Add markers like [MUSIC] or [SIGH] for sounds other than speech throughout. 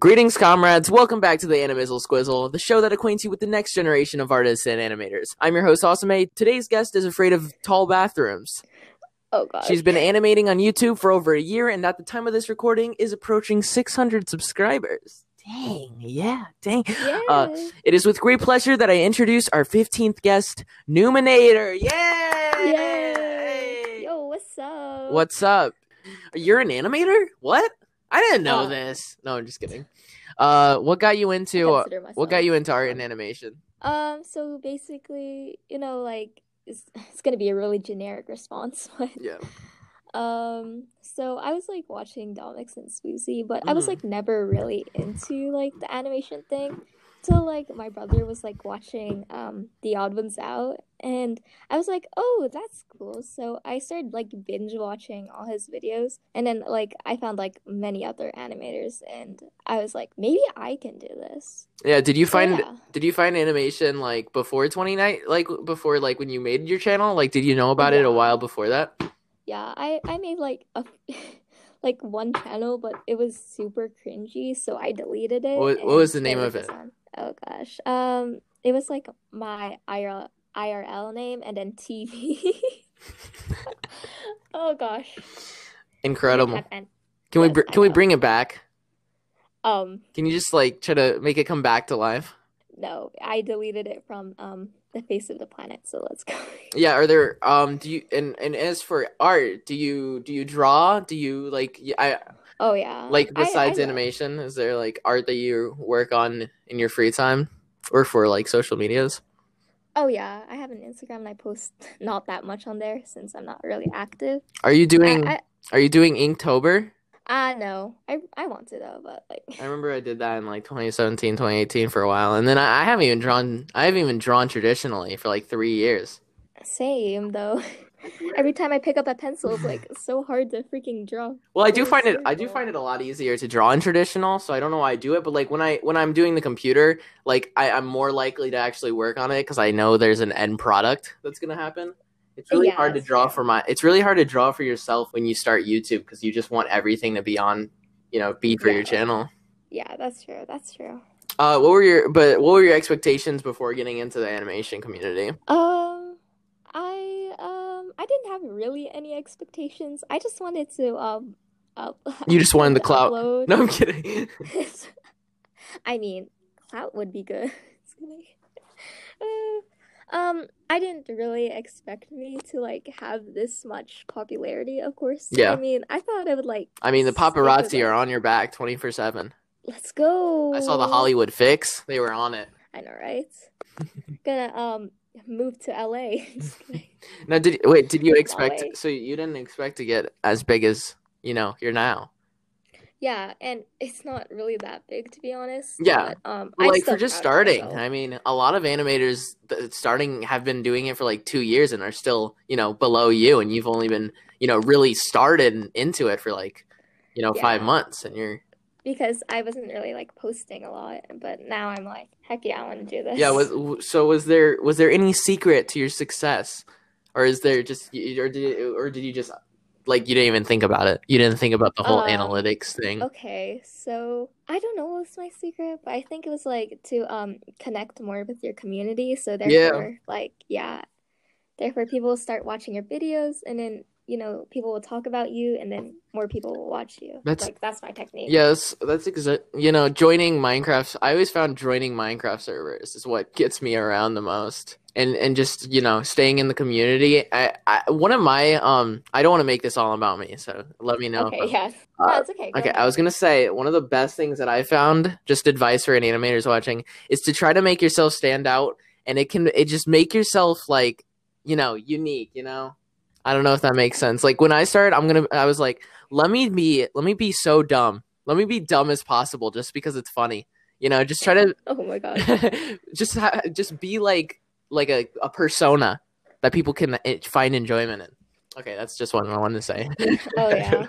Greetings, comrades. Welcome back to the Animisle Squizzle, the show that acquaints you with the next generation of artists and animators. I'm your host, Awesome Today's guest is afraid of tall bathrooms. Oh god. She's been animating on YouTube for over a year, and at the time of this recording, is approaching 600 subscribers. Dang, yeah, dang. yeah. uh, [LAUGHS] It is with great pleasure that I introduce our 15th guest, Numinator. Yay! Yay. Yo, what's up? What's up? You're an animator? What? I didn't know Uh. this. No, I'm just kidding. Uh, what got you I into? Uh, consider what myself. got you into art and animation? Um so basically, you know, like it's, it's going to be a really generic response, [LAUGHS] but Yeah. um so I was like watching Domix and Swoozy, but I was Mhm. like never really into like the animation thing. Till like my brother was like watching um The Odd Ones Out and I was like, "Oh, that's cool." So I started like binge watching all his videos and then like I found like many other animators and I was like, "Maybe I can do this." Yeah. Did you So, find? yeah. Did you find animation like before 29? Like before, like when you made your channel? Like, did you know about it a Yeah. while before that? Yeah, I I made like a [LAUGHS] like one channel, but it was super cringy, so I deleted it. What- what and was the name started of this it? one. Oh gosh, um, it was like my IRL IRL name and then TV. [LAUGHS] Oh gosh, I Incredible. have an- Can we yes, br- I can we know. bring it back? um Can you just like try to make it come back to life? no, I deleted it from um the face of the planet. So let's go. [LAUGHS] Yeah. Are there um? Do you and and as for art, do you do you draw? Do you like? y- I Oh yeah, like I- I besides will. animation is there like art that you work on in your free time or for like social medias Oh yeah, I have an Instagram and I post [LAUGHS] not that much on there since I'm not really active. are you I- doing I are you doing inktober I know. I I want to though, but like i remember i did that in like 2017 2018 for a while and then i, I haven't even drawn i haven't even drawn traditionally for like three years [LAUGHS] same though. [LAUGHS] Every time I pick up a pencil, it's like so hard to freaking draw. well i do It's find it i do terrible. find it a lot easier to draw in traditional so i don't know why i do it but like when i when i'm doing the computer like I, i'm more likely to actually work on it because i know there's an end product that's going to happen it's really Yeah, hard to that's draw fair. for my it's really hard to draw for yourself when you start youtube because you just want everything to be on you know be for Yeah. your channel Yeah, that's true. That's true. uh what were your but what were your expectations before getting into the animation community [LAUGHS] Um, I um I didn't have really any expectations. I just wanted to um [LAUGHS] up. you just wanted the to clout upload. no i'm kidding [LAUGHS] I mean, clout would be good. [LAUGHS] It's gonna be- Uh, um, I didn't really expect me to like have this much popularity, of course. Yeah. I mean, I thought I would like i mean the stick with paparazzi it. are on your back 24 7 Let's go. i saw the hollywood fix they were on it I know, [LAUGHS] right? Gonna um move to LA. Just kidding. Now, did wait? Did you No expect? way. So you didn't expect to get as big as you know you're now? [LAUGHS] yeah, and it's not really that big to be honest. Yeah. But, um, I'm Well, like still for just proud of starting. myself. I mean, a lot of animators th- starting have been doing it for like two years and are still you know below you, and you've only been you know really started into it for like you know five Yeah. months, and you're because I wasn't really like posting a lot, but now I'm like, heck yeah, I want to do this. yeah. [LAUGHS] Was w- so was there was there any secret to your success, or is there just y- or did or did you just like you didn't even think about it? You didn't think about the whole Um, analytics thing. Okay, so I don't know what's my secret, but I think it was like to um connect more with your community. So therefore, like yeah, therefore people will start watching your videos, and then you know people will talk about you, and then more people will watch you. That's- like that's my technique. Yes, that's exa- you know, joining Minecraft. I always found joining Minecraft servers is what gets me around the most. And and just, you know, staying in the community. I, I one of my um I don't want to make this all about me, so let me know. if Okay. I'm- Yeah. Uh, no, it's okay. go Okay, ahead. I was gonna say one of the best things that I found, just advice for any animators watching, is to try to make yourself stand out and it can it just make yourself like, you know, unique, you know? I don't know if that makes sense. Like when I started, I'm gonna I was like, let me be let me be so dumb. Let me be dumb as possible just because it's funny. You know, just try to [LAUGHS] Oh [LAUGHS] my god. just ha- just be like like a, a persona that people can eh, find enjoyment in. Okay, that's just one I wanted to say. Oh yeah.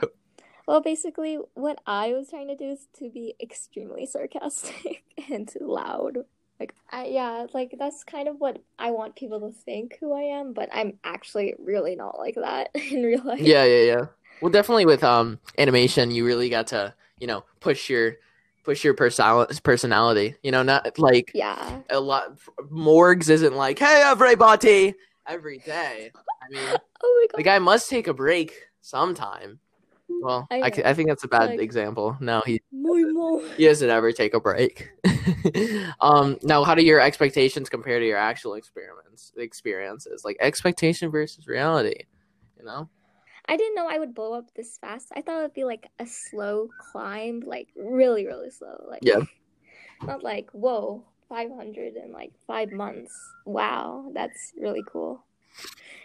Well, basically, what I was trying to do is to be extremely sarcastic [LAUGHS] and loud. Like, I, yeah, like that's kind of what I want people to think who I am, but I'm actually really not like that [LAUGHS] in real life. Yeah, yeah, yeah. Well, definitely with um animation, you really got to you know push your push your personal- personality. You know, not like Yeah. a lot. Morgs isn't like, hey, everybody, every day. I mean, Oh my the god. guy must take a break sometime. Well, I, I c- I think that's a bad Like- example. No, he Moi moi. he doesn't ever take a break. [LAUGHS] um, now, how do your expectations compare to your actual experiments experiences? Like expectation versus reality. You know, I didn't know I would blow up this fast. I thought it would be like a slow climb, like really, really slow. Like Yeah. [LAUGHS] Not like whoa, five hundred in like five months. Wow, that's really cool.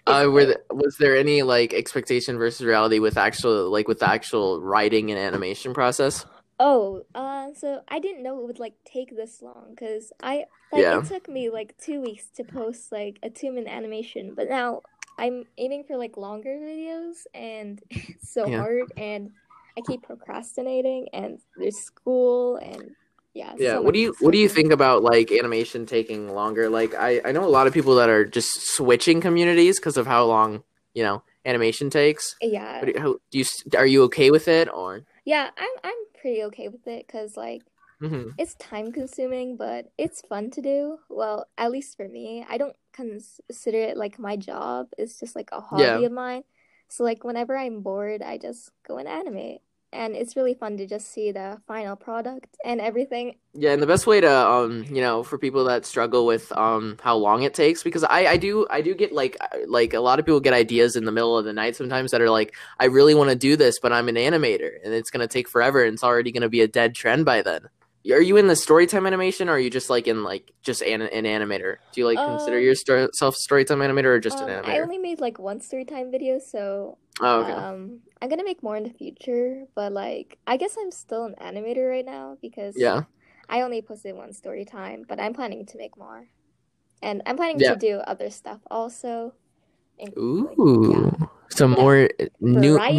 uh, It's were like- th- was there any like expectation versus reality with actual like with the actual writing and animation process? Oh, uh, so I didn't know it would like take this long because I like Yeah. it took me like two weeks to post like a two minute animation, but now I'm aiming for like longer videos and [LAUGHS] it's so Yeah. hard and I keep procrastinating and there's school and yeah. yeah so what do much you what do you stuff. think about like animation taking longer like i i know a lot of people that are just switching communities because of how long you know animation takes Yeah, what do, you, how, do you s- are you okay with it or yeah. I'm I'm pretty okay with it because like Mhm. it's time consuming, but it's fun to do. Well, at least for me, I don't consider it like my job. It's just like a hobby Yeah. of mine. So like whenever I'm bored, I just go and animate. And it's really fun to just see the final product and everything. yeah and the best way to um you know for people that struggle with um how long it takes because i i do i do get like I- like a lot of people get ideas in the middle of the night sometimes that are like i really want to do this but i'm an animator and it's going to take forever and it's already going to be a dead trend by then are you in the storytime animation or are you just like in like just an, an animator do you like consider Um, yourself storytime animator or just Um, an I animator only made like one story time video, so oh okay um I'm gonna make more in the future, but like I guess I'm still an animator right now because yeah I only posted one story time, but I'm planning to make more. And I'm planning Yeah. to do other stuff also. And, like, ooh some more new Variety.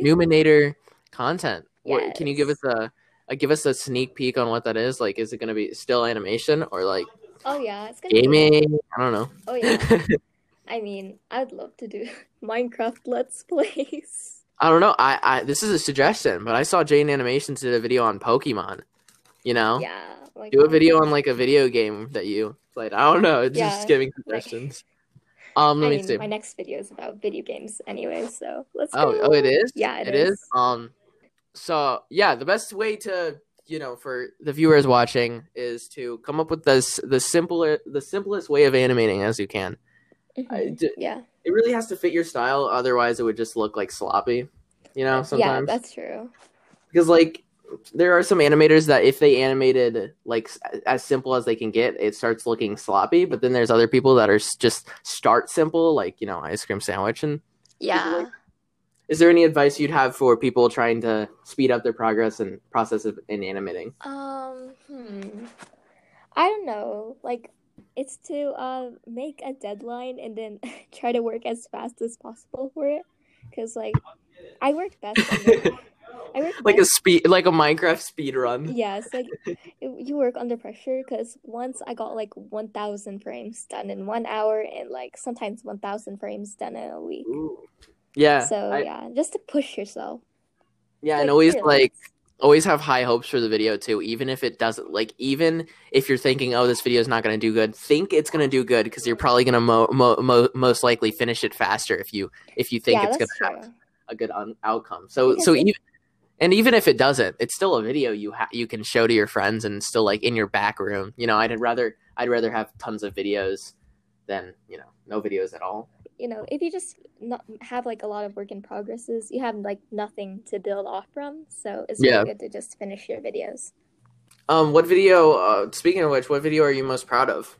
numinator content What- can you give us Yes. a uh, give us a sneak peek on what that is like is it going to be still animation or like yeah. Oh yeah, it's gonna be gaming i don't know Oh yeah. [LAUGHS] I mean, I would love to do [LAUGHS] Minecraft Let's Plays. I don't know. I, I this is a suggestion, but I saw Jane Animations did a video on Pokemon. You know, Yeah. Like Oh. do a video on like a video game that you played. I don't know. Just Yeah, giving like- [LAUGHS] suggestions. Um, I let me mean, see. my next video is about video games anyway, so let's Oh, go. oh, it is. Yeah, it it is. is. Um, so yeah, the best way to you know for the viewers watching is to come up with this the simpler the simplest way of animating as you can. I Mhm. d- Yeah. It really has to fit your style, otherwise it would just look like sloppy. You know, Yeah, sometimes. that's true. because like there are some animators that if they animated like s- as simple as they can get it starts looking sloppy but then there's other people that are s- just start simple like you know ice cream sandwich and Yeah. is there any advice you'd have for people trying to speed up their progress and process of, in animating Um, hmm. I don't know. Like, it's to uh, make a deadline and then [LAUGHS] try to work as fast as possible for it. Because, like, I work best under. [LAUGHS] [LAUGHS] I work like a best. speed like a minecraft speed run [LAUGHS] Yes, like you you work under pressure because once I got like 1,000 frames done in one hour and like sometimes 1,000 frames done in a week. Ooh. yeah So, I- yeah, just to push yourself. yeah and Like, always really. like always have high hopes for the video too even if it doesn't like even if you're thinking oh this video is not going to do good think it's going to do good because you're probably going to mo- mo- mo- most likely finish it faster if you if you think Yeah, it's going that's to have true. a good un- outcome so Because so if- even and even if it doesn't it's still a video you ha- you can show to your friends and still like in your back room you know i'd rather i'd rather have tons of videos than you know no videos at all you know, if you just not have like a lot of work in progresses, you have like nothing to build off from. So it's Yeah. really good to just finish your videos. um what video uh, speaking of which what video are you most proud of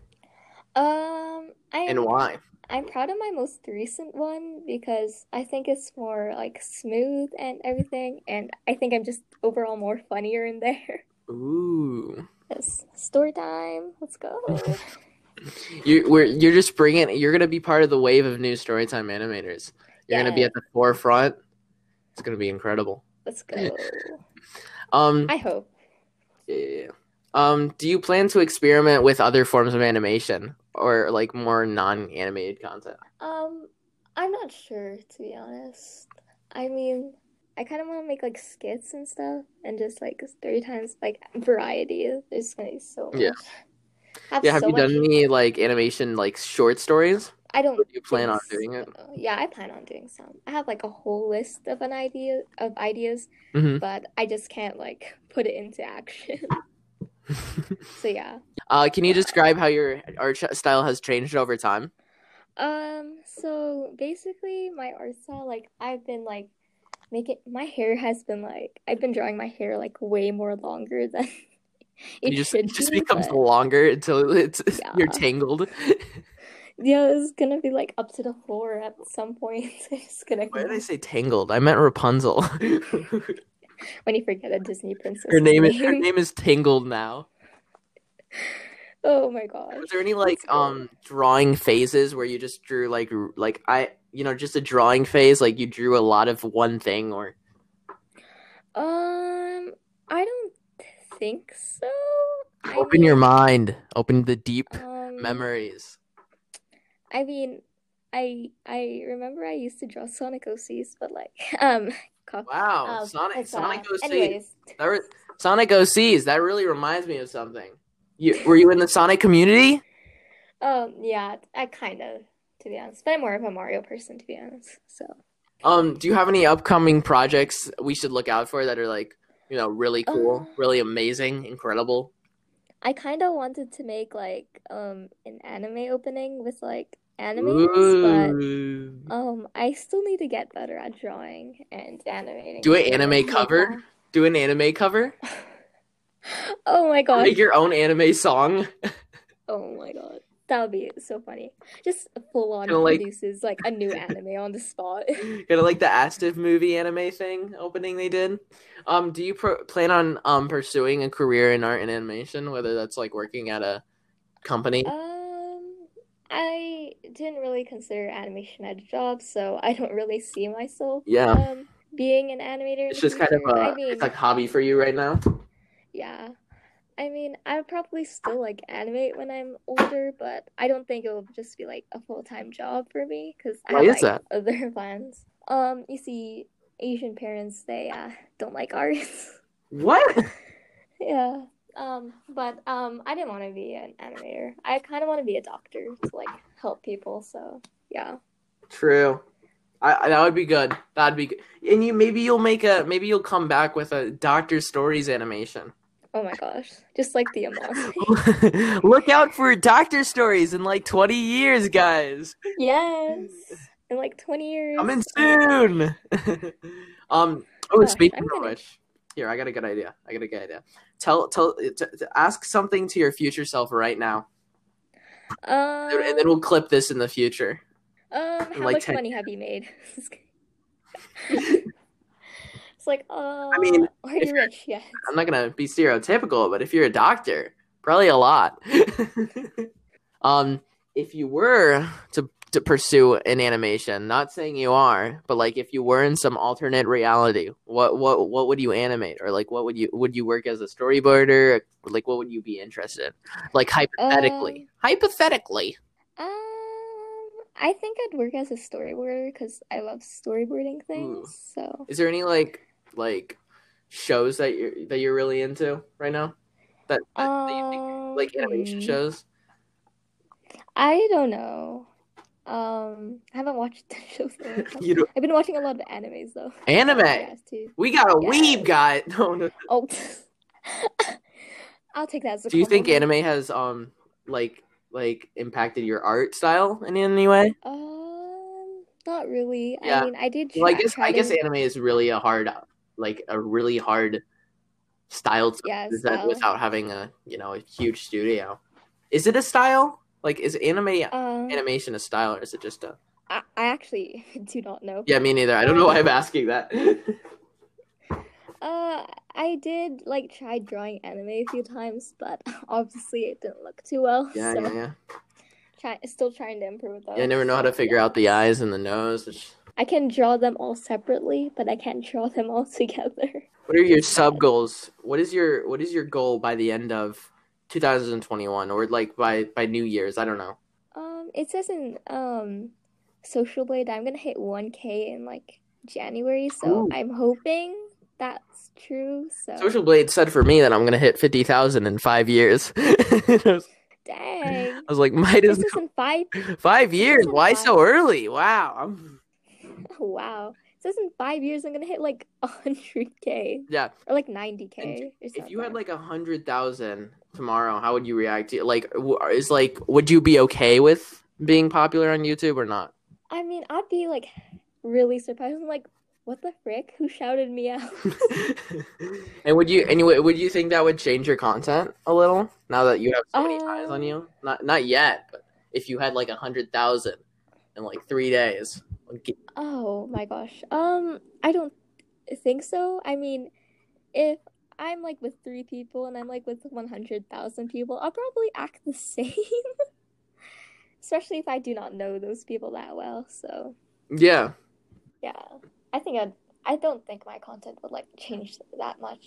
Um, and I'm why I'm proud of my most recent one because I think it's more like smooth and everything, and I think I'm just overall more funnier in there. [LAUGHS] ooh Yes. Story time. [LAUGHS] Let's go. You, we're, you're just bringing. You're gonna be part of the wave of new storytime animators. You're gonna be Yeah. at the forefront. It's gonna be incredible. Let's go. Um, I hope. yeah. um, do you plan to experiment with other forms of animation or like more non-animated content? Um, I'm not sure to be honest. I mean, I kind of want to make like skits and stuff, and just like story times, like variety. There's gonna be so much. Yeah. Have Yeah, have so you done much- any like animation like short stories? I don't. Or do you plan on think doing it? so. Yeah, I plan on doing some. I have like a whole list of an idea of ideas, Mhm. but I just can't like put it into [LAUGHS] action. so yeah. Uh, can you describe how your art sh- style has changed over time? Um. So basically, my art style, like I've been like make it. My hair has been like I've been drawing my hair like way more longer [LAUGHS] than it you just should it just be, becomes but- longer until it's [LAUGHS] you're Yeah. tangled. Yeah, it's gonna be like up to the floor at some point. [LAUGHS] it's gonna Why did I say tangled? I meant [LAUGHS] Rapunzel. her when you forget a Disney princess. name is her name. name is Tangled now. [LAUGHS] Oh my gosh. Was there any like That's um drawing phases where you just drew like r- like I you know just a drawing phase like you drew a lot of one thing or Um, I don't think so. I open your mind, open the deep mean, um, memories. I mean, I I remember I used to draw Sonic OCs, but like [LAUGHS] um, cough. Wow, um, Oh, Sonic it's, uh, Sonic OC. Anyways, That re- Sonic OCs. That really reminds me of something. You, were you in the Sonic community? um, yeah, I kind of, to be honest, but I'm more of a Mario person, to be honest. So, Um, do you have any upcoming projects we should look out for that are like, you know, really cool, Uh. really amazing, incredible? I kind of wanted to make like um an anime opening with like animators, but. Ooh. Um, I still need to get better at drawing and animating. Do an so, anime like, cover? Do an anime cover? that- Oh my god. Make your own anime song. [LAUGHS] Oh my god. That would be so funny. Just full on Kinda like- produces like a new anime on the spot. kind of like the Astiv movie anime thing opening they did. Um, do you pro- plan on um pursuing a career in art and animation, whether that's like working at a company? Um, I didn't really consider animation as a job, so I don't really see myself Yeah. um being an animator. in It's the just kind of future. Um, I a mean, it's like hobby for you right now. yeah. I mean, I would probably still like animate when I'm older, but I don't think it will just be like a full-time job for me because I Why have is like that? other [LAUGHS] plans. Um, you see, Asian parents they uh, don't like [LAUGHS] artists. What? yeah. Um, but um, I didn't want to be an animator. I kind of want to be a doctor to like help people. So yeah. [LAUGHS] True. I, I- that would be good. That'd be good. And you maybe you'll make a maybe you'll come back with a Doctor Stories animation. [LAUGHS] Oh my gosh, just like the amount. [LAUGHS] Look out for Doctor Stories in like 20 years, guys. yes. In like twenty years. Coming soon. [LAUGHS] um. Oh, Gosh, and speaking I'm of gonna- which, here I got a good idea. I got a good idea. Tell tell t- t- ask something to your future self right now, Um, and then we'll clip this in the future. Um, how like much 10 money have you made? [LAUGHS] [LAUGHS] it's like, uh, I mean, are you rich yet? I'm not gonna be stereotypical, but if you're a doctor, probably a lot. [LAUGHS] um, if you were to to pursue an animation, not saying you are, but like if you were in some alternate reality, what what what would you animate, or like what would you would you work as a storyboarder? Like what would you be interested? in? Like hypothetically, hypothetically, Um, I think I'd work as a storyboarder because I love storyboarding things. So, is there any like like shows that you're that you're really into right now? That, that, that you think, um, like animation hmm, shows? I don't know. Um, I haven't watched [LAUGHS] the shows. in a long time. You know, I've been watching a lot of animes though. anime. Yes, too. We got a Yeah. weeb guy. [LAUGHS] No, no. Oh, [LAUGHS] I'll take that as a Do you think compliment. anime has um like like impacted your art style in any way? Um, not really. I Yeah. mean, I did Well, I try, guess try I guess to. anime is really a hard like a really hard style to Yeah, present style. without having a you know a huge studio. Is it a style? Like is anime Um, animation a style or is it just a I, I actually [LAUGHS] do not know. Yeah, me neither. I don't know why I'm asking that. [LAUGHS] Uh, I did like try drawing anime a few times, but [LAUGHS] obviously it didn't look too well. yeah, so yeah, yeah. try, still trying to improve though. Yeah, I never know how to figure out the eyes and the nose. It's- I can draw them all separately, but I can't draw them all [LAUGHS] together. What are your sub goals? What is your what is your goal by the end of 2021 or like by by New Year's? I don't know. Um, it says in um Social Blade that I'm gonna hit 1K in like January, so Ooh. I'm hoping that's true. So Social Blade said for me that I'm gonna hit fifty thousand in five years. [LAUGHS] I, was, [LAUGHS] [LAUGHS] dang, I was like, might this as is in five. [LAUGHS] five years. a Why lot. so early? Wow. I'm- Wow, this is in five years. I'm gonna hit like [LAUGHS] hundred k yeah. or like ninety k. If you had like a hundred thousand tomorrow, how would you react? To, like, w- is like, would you be okay with being popular on YouTube or not? I mean, I'd be like really surprised. I'm like, what the frick? Who shouted me out? [LAUGHS] and would you and you- would you think that would change your content a little now that you have so many eyes on Um, you? Not not yet, but if you had like a hundred thousand in like three days, like, g- Oh my gosh. Um, I don't think so. I mean, if I'm like with three people and I'm like with 100,000 people, I'll probably act the [LAUGHS] same. Especially if I do not know those people that well. So, yeah, yeah. I think I'd, I don't think my content would like change that much.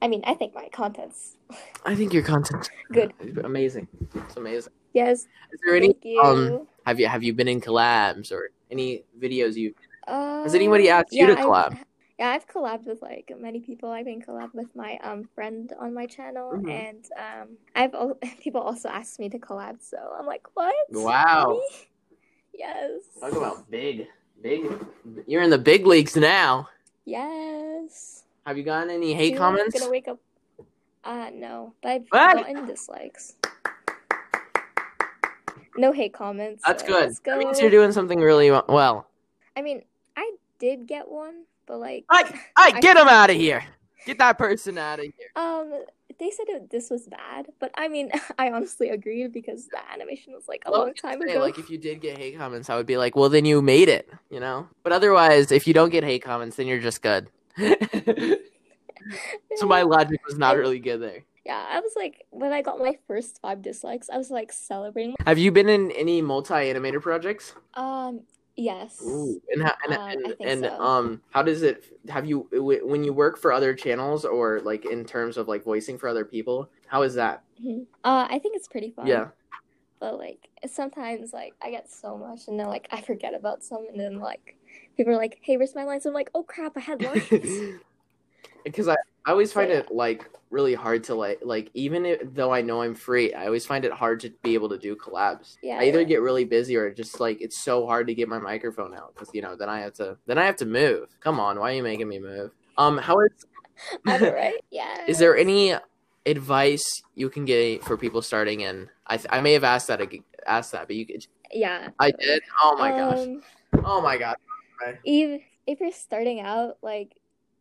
I mean, I think my content's I think your content's good. amazing. It's amazing. Yes, Is there any thank you. um, have you have you been in collabs or any videos you? Has anybody Um, asked you to yeah, I've- collab? Yeah, I've collabed with like many people. I've been collab with my um friend on my channel, Mhm. and um, I've al- [LAUGHS] people also asked me to collab. So I'm like, what? Wow. Me? [LAUGHS] Yes. Talk about big, big. You're in the big leagues now. Yes. Have you gotten any hate Dude, I'm comments? Gonna wake up. Uh no, but I've What? gotten dislikes. No hate comments. That's so good. Let's That means go. you're doing something really well. I mean, I did get one, but like, I, I get him out of here. Get that person out of here. um, they said it, this was bad, but I mean, [LAUGHS] I honestly agreed because the animation was like a Well, long time Hey, ago. [LAUGHS] like if you did get hate comments, I would be like, well, then you made it, you know. But otherwise, if you don't get hate comments, then you're just good. [LAUGHS] so my logic was not really good there. Yeah, I was like, when I got my first five dislikes, I was like celebrating. Have you been in any multi animator projects? Um, yes. Ooh, and how, and, Um, I and, think and so. um, how does it? Have you w- when you work for other channels or like in terms of like voicing for other people? How is that? Mhm. Uh, I think it's pretty fun. Yeah. But like sometimes, like I get so much, and then like I forget about some, and then like people are like, "Hey, where's my lines?" I'm like, "Oh crap, I had [LAUGHS] [LAUGHS] lines." because I, I always So, find yeah. it like really hard to like like even if, though I know I'm free, I always find it hard to be able to do collabs. Yeah, I either yeah. get really busy or just like it's so hard to get my microphone out because you know then I have to then I have to move. Come on, why are you making me move? Um, how is I'm right. Yeah. is there any advice you can get for people starting in? I th- I may have asked that ag- asked that, but you could, Yeah. I did. Oh my gosh. Um, Oh my god. if if you're starting out like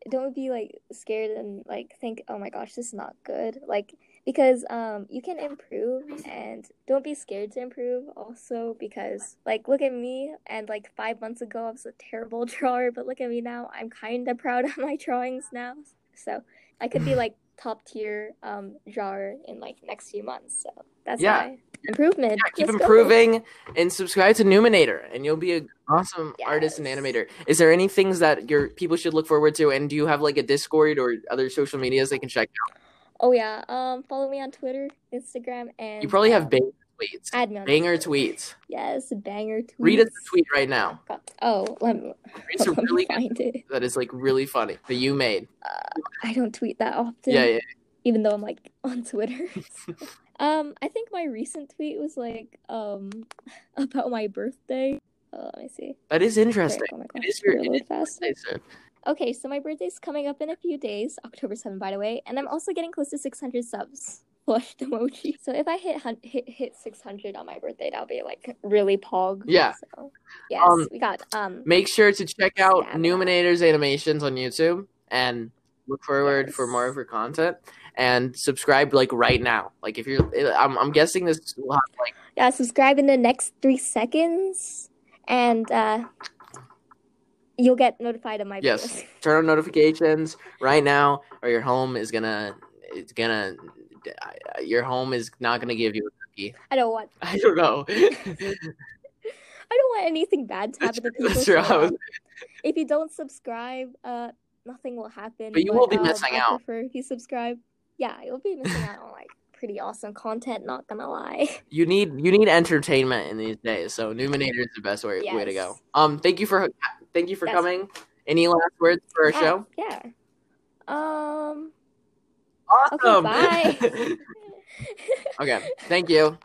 don't be like scared and like think oh my gosh this is not good like because um you can improve and don't be scared to improve also because like look at me and like five months ago i was a terrible [LAUGHS] drawer but look at me now i'm kind of proud of my drawings now so i could be [LAUGHS] like top tier um drawer in like next few months so that's Yeah. my improvement yeah, keep Let's go. improving and subscribe to Numinator, and you'll be an awesome artist and Yes. animator. Is there any things that your people should look forward to? And do you have like a Discord or other social medias they can check out? oh yeah um follow me on twitter instagram and You probably um, have banger tweets. Add me on Banger Twitter. tweets. Yes, banger tweet. Read us a tweet right now. Oh, let me, It's a let me really [LAUGHS] good find it. that is like really funny that you made. I don't tweet that often. Yeah, yeah. Even though I'm like on [LAUGHS] Twitter. So, um, I think my recent tweet was like um [LAUGHS] about my birthday. Oh, let me see. That is Wait, interesting. oh my gosh, It is your- reload it [LAUGHS] is fast. Nice, sir. Okay, so my birthday's coming up in a few days, October 7th, by the way, and I'm also getting close to 600 subs. [LAUGHS] Flushed emoji. So if I hit hun- hit hit 600 on my birthday, that'll be like really pog. Yeah. So, yes, Um, we got um Make sure to check out Stab it. Numinator's animations on YouTube and look forward for more Yes. of her content and subscribe like right now. Like if you're, eh, I'm, I'm guessing this will have like. Yeah, subscribe in the next three seconds, and uh, you'll get notified of my Yes. videos. [LAUGHS] turn on notifications right now or your home is gonna it's gonna your home is not gonna give you [LAUGHS] a cookie I don't want, i don't know [LAUGHS] I don't want anything bad [LAUGHS] to That's happen to true, people. that's true. so, I was- um, if you don't subscribe, uh, nothing will happen. But you will be um, missing I out. Prefer if you subscribe, yeah, you'll be missing out on like pretty awesome content. Not gonna lie. you need you need entertainment in these days so numinator is the best way, way to Yes. go um thank you for thank you for That's- coming Any last words for our [LAUGHS] Yeah, show? Yeah. Um. Awesome. bye. [LAUGHS] okay. Thank you.